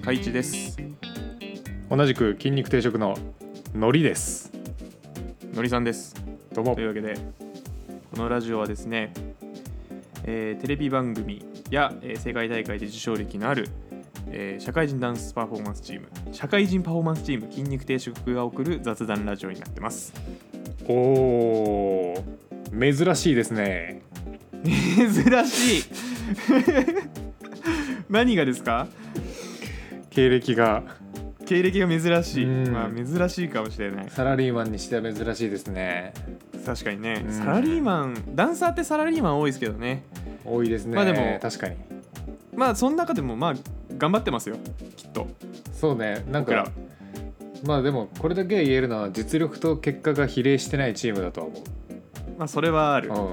太一です同じく筋肉定食ののりですのりさんですどうもというわけでこのラジオはですね、えーテレビ番組や、えー世界大会で受賞歴のある、えー社会人ダンスパフォーマンスチーム社会人パフォーマンスチーム筋肉定食が送る雑談ラジオになってますおー珍しいですね珍しい 何がですか経歴が経歴が珍しい、うんまあ、珍しいかもしれないサラリーマンにしては珍しいですね確かにね、うんサラリーマンダンサーってサラリーマン多いですけどね多いですねまあでも確かにまあその中でもまあ頑張ってますよきっとそうねなん僕らかまあでもこれだけは言えるのは実力と結果が比例してないチームだとはまあそれはある思う、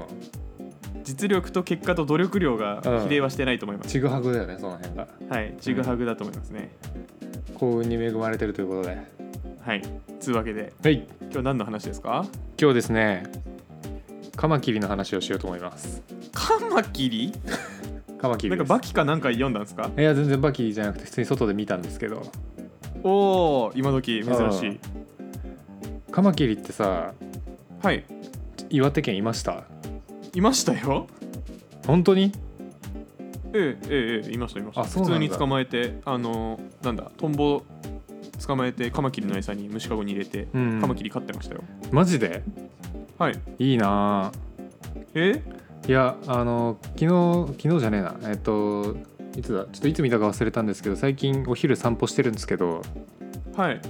実力と結果と努力量が比例はしてないと思いまうん、す、ちぐはぐだよねその辺がはいちぐはぐだと思いますね、幸運に恵まれてるということでははいつうわけでい今日何の話ですか今日ですねカマキリの話をしようと思いますカマキリカマキリなでんすかバキかなんか読んだんですかいや全然バキじゃなくて普通に外で見たんですけどおお今時珍しいカマキリってさはい岩手県いましたいましたよ本当にええええええいましたいましたあそう普なん通だに捕まえてあのなんだトンボ捕まえてカマキリの餌に虫かごに入れて、うんカマキリ飼ってましたよマジではいいいなあえいやあの昨日昨日じゃねえなえっといつだちょっといつ見たか忘れたんですけど最近お昼散歩してるんですけどはい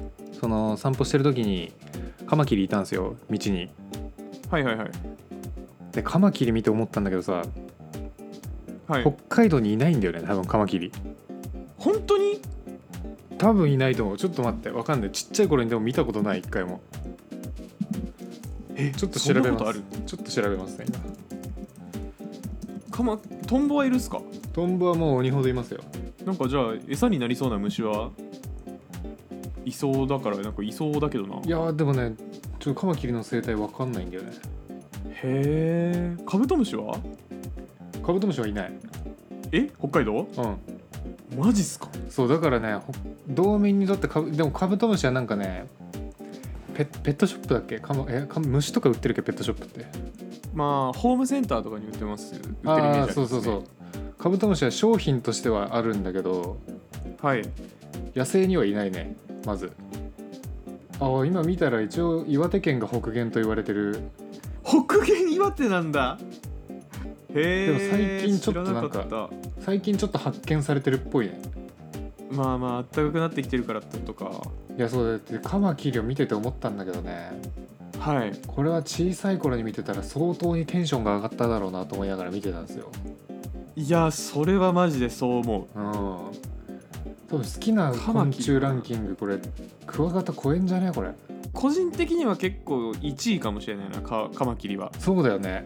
その散歩してる時にカマキリいたんですよ道にはいはいはいでカマキリ見て思ったんだけどさ、はい北海道にいないんだよね多分カマキリ本当に多分いないと思うちょっと待ってわかんないちっちゃい頃にでも見たことない一回もえちょっと調そべんなまことあするちょっと調べますね今カマトンボはいるっすかトンボはもう鬼ほどいますよなんかじゃあ餌になりそうな虫はいそうだからなんかいそうだけどないやーでもねちょっとカマキリの生態わかんないんだよねへえカブトムシはカブトムシはいないえ北海道うんマジっすかそうだからねほ道民にとってカブでもカブトムシはなんかねペペットショップだっけカモえカモ虫とか売ってるっけペットショップってまあホームセンターとかに売ってます売ってるイメージありあまあす、ね、そうそうそうカブトムシは商品としてはあるんだけどはい野生にはいないねまずああ今見たら一応岩手県が北限と言われてる北限岩手なんだへえでも最近ちょっとなんか知らなかった最近ちょっと発見されてるっぽいねまあまあ暖かくなってきてるからってことかいやそうだってカマキリを見てて思ったんだけどねはいこれは小さい頃に見てたら相当にテンションが上がっただろうなと思いながら見てたんですよいやそれはマジでそう思うん多分好きなカマ昆キリ虫ランキングこれクワガタ超えんじゃねこれう個人的には結構1位かもしれないなカカマキリはそうだよね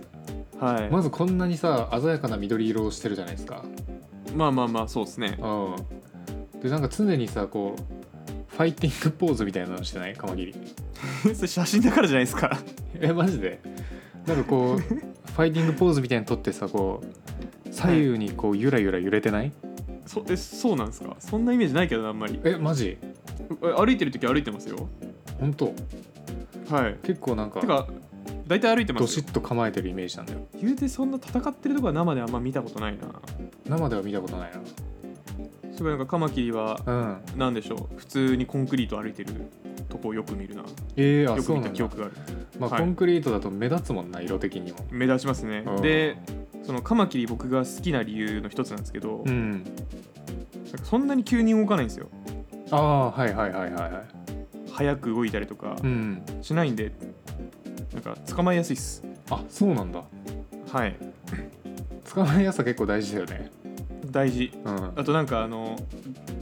はい、まずこんなにさ鮮やかな緑色をしてるじゃないですかまあまあまあそうですねうんでなんか常にさこうファイティングポーズみたいなのしてないカマキリ それ写真だからじゃないですか えマジでなんかこうファイティングポーズみたいにとってさこう左右にこうゆらゆら揺れてないそえそうなんですかそんなイメージないけどなあんまりえマジえ歩いてる時歩いてますよ本当はい結構なんかてか大体歩いてまどすしっよと構えてるイメージなんだよ言うてそんな戦ってるとこは生であんま見たことないな生では見たことないなすごいなんかカマキリはうんなんでしょう普通にコンクリート歩いてるとこをよく見るなよえー、あくそう見なたん記だ憶があるまあ、はいコンクリートだと目立つもんな色的にも目立ちますねうんでそのカマキリ僕が好きな理由の一つなんですけど、うんなんかそんなに急に動かないんですよああはいはいはいはいはい早く動いたりとかうんしないんで、なんか捕まえやすいっすあそうなんだはい捕まえやすさ結構大事だよね大事うんあとなんかあの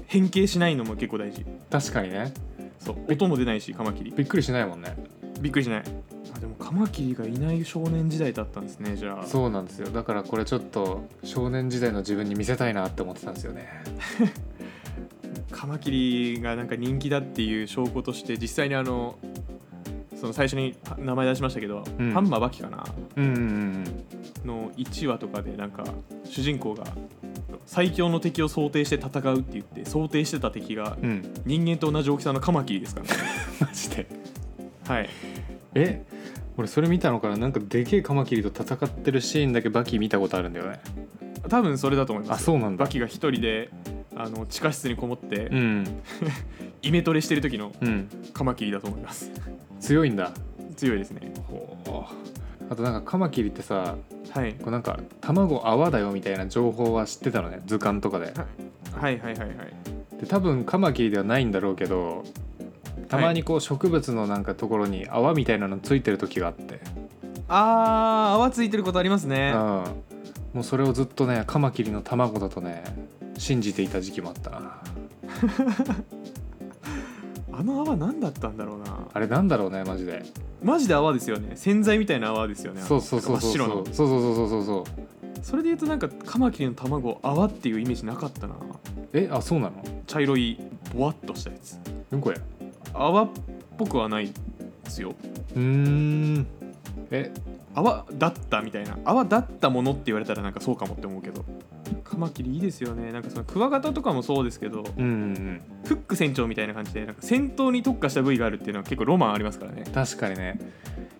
変形しないのも結構大事確かにねそう音も出ないしカマキリびっくりしないもんねびっくりしないあでもカマキリがいない少年時代だったんですねじゃあそうなんですよだからこれちょっと少年時代の自分に見せたいなって思ってたんですよねカマキリがなんか人気だっていう証拠として実際にあのその最初に名前出しましたけど、うんハンマーバキかなうんうんうんの1話とかでなんか主人公が最強の敵を想定して戦うって言って想定してた敵がうん 人間と同じ大きさのカマキリですから、 ね、マジではいえ俺それ見たのかななんかでけえカマキリと戦ってるシーンだけバキ見たことあるんだよね多分それだと思いまあすそうなんだバキが一人であの地下室にこもって、うんイメトレしてる時のうんカマキリだと思います強いんだ強いですねほうあとなんかカマキリってさはいこうなんか卵泡だよみたいな情報は知ってたのね図鑑とかではいはいはいはいで多分カマキリではないんだろうけどたまにこう植物のなんかところに泡みたいなのついてる時があって、あー泡ついてることありますねうん、もうそれをずっとねカマキリの卵だとね信じていた時期もあったなあの泡何だったんだろうなあれなんだろうねマジでマジで泡ですよね洗剤みたいな泡ですよねそうそうそうそうそ真っ白うのそうそうそうそうそうそれで言うとなんかカマキリの卵泡っていうイメージなかったなえあそうなの茶色いボワっとしたやつうんこや泡っぽくはないですようーんえ泡だったみたいな泡だったものって言われたらなんかそうかもって思うけどカマキリいいですよねなんかそのクワガタとかもそうですけどうんうんうんフック船長みたいな感じでなんか戦闘に特化した部位があるっていうのは結構ロマンありますからね確かにね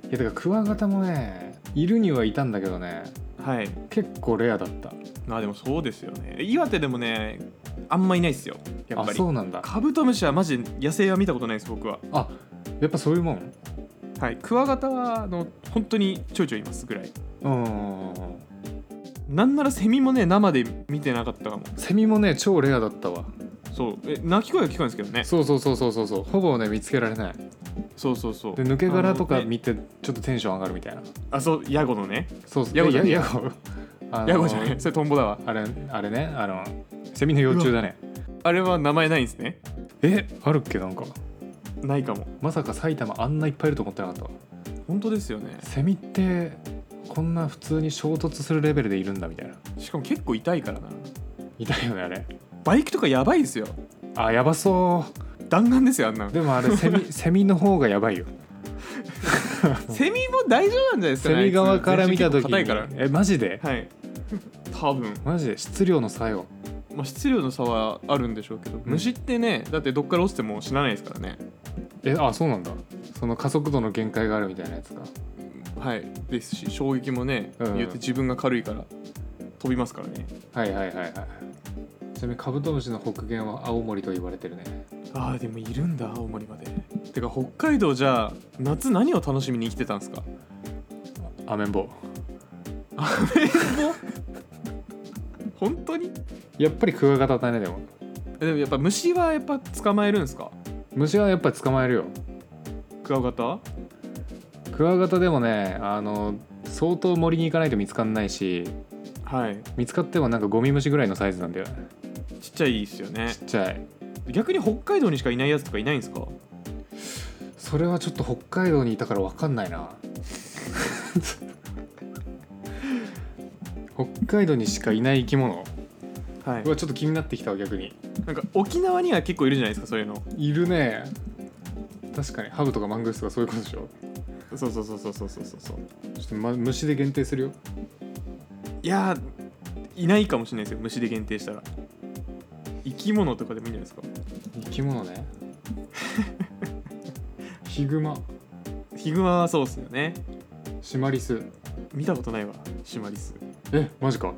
いやだからクワガタもねいるにはいたんだけどねはい結構レアだったまあでもそうですよね岩手でもねあんまいないですよやっぱありそうなんだカブトムシはマジで野生は見たことないです僕はあやっぱそういうもんはいクワガタはあの本当にちょいちょいいますぐらいうんうんうんうんなんならセミもね生で見てなかったかもセミもね超レアだったわそうえ鳴き声は聞こえるんですけどねそうそうそうそうそうそうほぼね見つけられないそうそうそうで抜け殻とあかのね見てちょっとテンション上がるみたいなあそうヤゴのねそうそうヤゴじゃやねえヤゴあのヤゴじゃない それトンボだわあれあれねあのセミの幼虫だねあれは名前ないんですねえあるっけなんかないかもまさか埼玉あんないっぱいいると思ってなかったわ本当ですよねセミってこんな普通に衝突するレベルでいるんだみたいなしかも結構痛いからないたよねあれバイクとかやばいですよあやばそ弾丸ですよあんなのうでもあれ セミセミの方がやばいよセミも大丈夫なんじゃないですかねセミ側から見た時あいつに全身結構硬いえマジでからはい 多分、マジで質量の作用まあ、質量の差はあるんでしょうけど、虫ってねだってどっから落ちても死なないですからねえあそうなんだその加速度の限界があるみたいなやつかはいですし衝撃もね、うんによって自分が軽いから飛びますからねはいはいはいはいちなみにカブトムシの北限は青森と言われてるねあーでもいるんだ青森までてか北海道じゃあ夏何を楽しみに生きてたんですかアメンボ本当にやっぱりクワガタだねでもえでもやっぱ虫はやっぱ捕まえるんですか虫はやっぱり捕まえるよクワガタクワガタでもねあの相当森に行かないと見つかんないしはい見つかってもなんかゴミ虫ぐらいのサイズなんだよねちっちゃいですよねちっちゃい逆に北海道にしかいないやつとかいないんですかそれはちょっと北海道にいたから分かんないな北海道にしかいない生き物はいうわちょっと気になってきたわ逆になんか沖縄には結構いるじゃないですかそういうのいるね確かにハブとかマングースとかそういうことでしょそうそうそうそうそうそうそうそうちょっと、ま、虫で限定するよいやーいないかもしれないですよ虫で限定したら生き物とかでもいいんじゃないですか生き物ねヒグマヒグマはそうっすよねシマリス見たことないわシマリスえマジか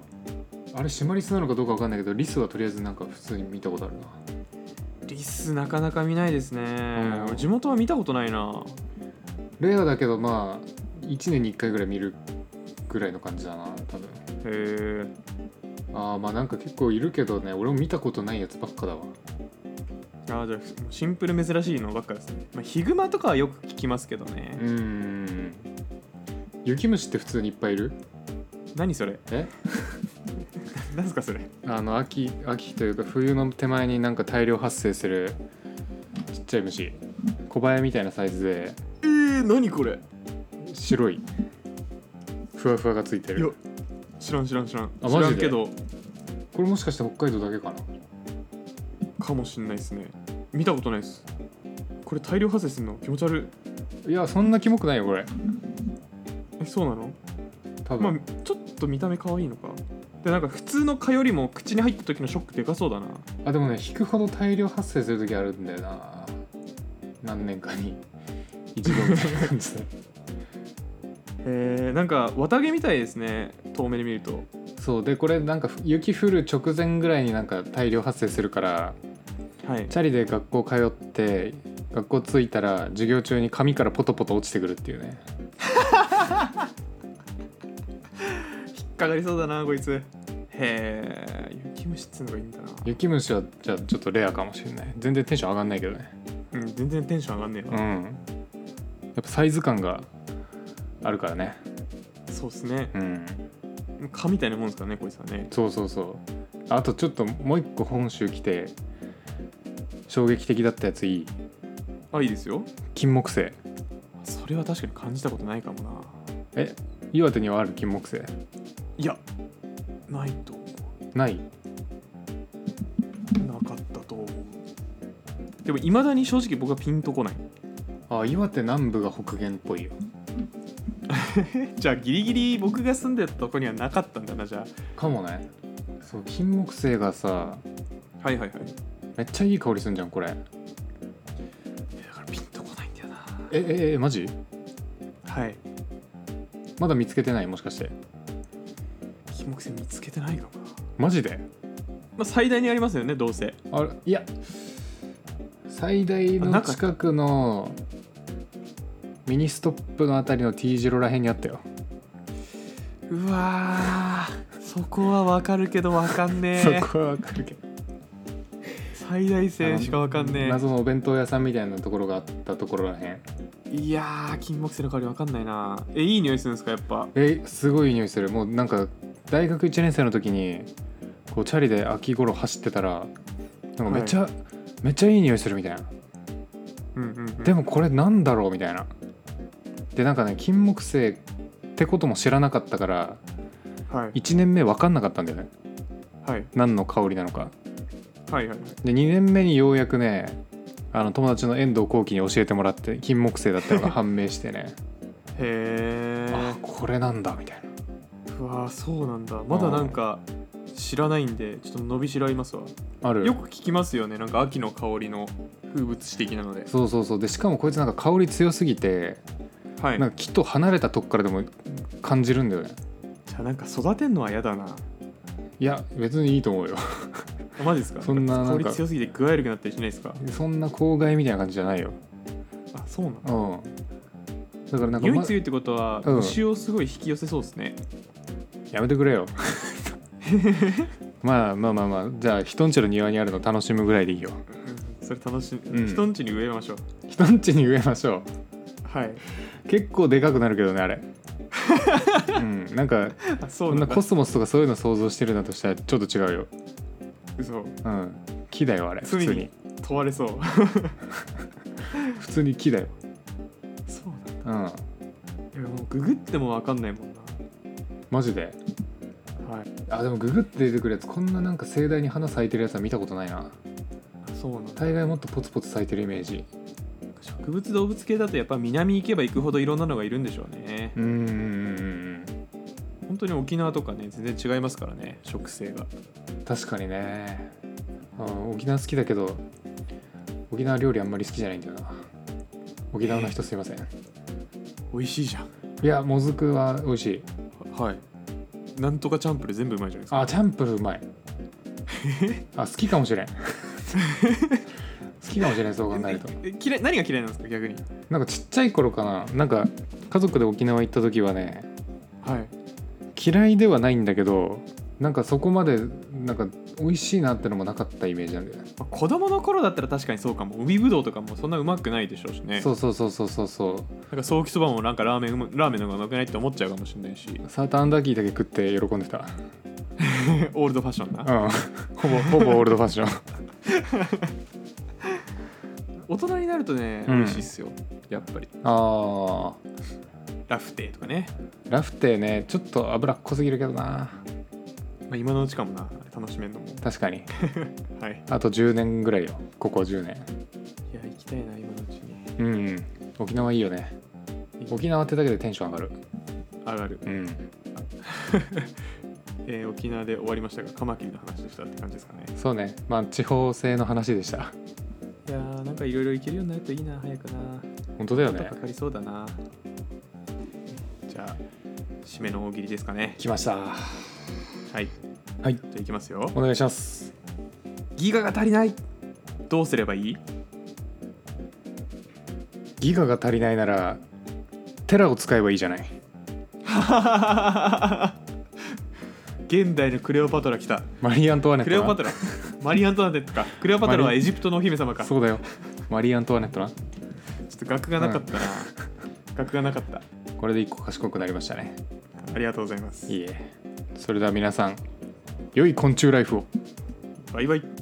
あれシマリスなのかどうか分かんないけどリスはとりあえずなんか普通に見たことあるなリスなかなか見ないですねん俺地元は見たことないなレアだけどまあ1年に1回ぐらい見るぐらいの感じだな多分へえああまあなんか結構いるけどね俺も見たことないやつばっかだわあーじゃあもうシンプル珍しいのばっかですね、まあ、ヒグマとかはよく聞きますけどうね、ーん雪虫って普通にいっぱいいる何それえ何すかそれあの秋秋というか冬の手前になんか大量発生するちっちゃい虫小林みたいなサイズでえー、何これ白いふわふわがついていやる知らん知らん知らんあ知マらジんでけどこれもしかして北海道だけかなかもしんないですね見たことないですこれ大量発生するの気持ち悪いいやそんなキモくないよこれえそうなの多分、まあちょっと見た目可愛いのかでなんか普通の蚊よりも口に入った時のショックでかそうだなあでもね引くほど大量発生する時あるんだよな何年かに一度みたいな感じでえー、なんか綿毛みたいですね遠目で見るとそうでこれなんか雪降る直前ぐらいになんか大量発生するからはいチャリで学校通って学校着いたら授業中に紙からポトポト落ちてくるっていうね引っかかりそうだなこいつへえ雪虫っつうのがいいんだな、雪虫はじゃあちょっとレアかもしれない全然テンション上がんないけどねうん、全然テンション上がんねえうんな、やっぱサイズ感があるからねそうっすねうん蚊みたいなもんですからねこいつはねそうそうそうあとちょっともう一個本州来て衝撃的だったやついいあいいですよ金木犀それは確かに感じたことないかもなえ岩手にはある金木犀いやないと思ない、うなかったと思うでもいまだに正直僕はピンとこないあ岩手南部が北限っぽいよじゃあギリギリ僕が住んでたとこにはなかったんだなじゃかもねそう金木犀がさあはいはいはいめっちゃいい香りすんじゃんこれだからピンとこないんだよなえええマジはいまだ見つけてないもしかして金木犀見つけてないかもなマジでまあ最大にありますよねどうせあれいや最大あのなかった近くのミニストップのあたりの T 字路らへんにあったようわーそこはわかるけどわかんね えそこはわかるけど最大性しかわかんね謎のお弁当屋さんみたいなところがあったところらへんえいやー金木犀の香りわかんないなえいい匂いするんですかやっぱえすごい匂いするもうなんか大学1年生の時にこうチャリで秋頃走ってたらなんかめっちゃ、めっちゃいい匂いするみたいなうんうん、うん、でもこれなんだろうみたいなでなんかね金木犀ってことも知らなかったからはい1年目分かんなかったんだよねはい何の香りなのかはいはいで2年目にようやくねあの友達の遠藤幸喜に教えてもらって金木犀だったのが判明してねへ えあこれなんだみたいなうわーそうなんだまだなんか知らないんでちょっと伸びしろありますわあるよく聞きますよねなんか秋の香りの風物詩的なのでそうそうそうでしかもこいつなんか香り強すぎてはいなんか木と離れたとこからでも感じるんだよねじゃあなんか育てんのは嫌だないや別にいいと思うよ あマジですかそんななんか香り強すぎて具合悪くなったりしないですかそんな公害みたいな感じじゃないよあそうなのうんだからなんか、匂いま、強いってことは、うん虫をすごい引き寄せそうですねやめてくれ よまあまあまあまあじゃあ人んちの庭にあるの楽しむぐらいでいいよそれ楽しい、うん人んちに植えましょう人んちに植えましょはいう結構でかくなるけどね あれうんなんかあそこうんななんだコスモスとかそういうの想像してるんだとしたらちょっと違うよ嘘うん木だよあれ普罪通にに問われそう普通に木だよそうなんだうんいやもうググっても分かんないもんなマジではいあでもググって出てくるやつこんななんか盛大に花咲いてるやつは見たことないなあそうなんだ大概もっとポツポツ咲いてるイメージ植物動物系だとやっぱ南行けば行くほどいろんなのがいるんでしょうねうーん本当に沖縄とかね全然違いますからね植生が確かにねあ沖縄好きだけど沖縄料理あんまり好きじゃないんだよな沖縄の人すいません美味しいじゃんいやもずくは美味しいはいなんとかチャンプル全部うまいじゃないですかあチャンプルーう まいあ好きかもしれん 好きかもしれんそう考えるとええ嫌い何が嫌いなんですか逆になんかちっちゃい頃かななんか家族で沖縄行った時はねはい嫌いではないんだけどなんかそこまでなんか美味しいなってのもなかったイメージなんだよねまあ子供の頃だったら確かにそうかも海ぶどうとかもそんなうまくないでしょうしねそうそうそうそうそうそうなんかソーキそばもなんかラーメンうまラーメンの方がうまくないって思っちゃうかもしれない しサーターアンダーキーだけ食って喜んでたオールドファッションうなんほぼほぼオールドファッション大人になるとね美うん味しいっすよ、やっぱりあラフテーとかね、ーラフテーねちょっと脂っこすぎるけどなまあ、今のうちかもな楽しめんのも確かにはいあと10年ぐらいよここ10年いや行きたいな今のうちにうん、うん、沖縄いいよね沖縄ってだけでテンション上がる上がるうんえー沖縄で終わりましたがカマキリの話でしたって感じですかねそうねまあ地方性の話でしたいやーなんかいろいろいけるようになるといいな早くな本当だよちょっねとかかりそうだなじゃあ締めの大喜利ですかね来ましたははいいじゃあいきますよお願いしますギガが足りないどうすればいい ギガが足りないならテラを使えばいいじゃない現代のクレオパトラ来たマリー・アントワネックトレなオパトラマリーアントワネット かクレオパトラはエジプトのお姫様かちょそうだよマリー・アントワネットなっと額がなかったな、額がなかったこれで一個賢くなりましたねありがとうございますいいえそれでは皆さん良い昆虫ライフをバイバイ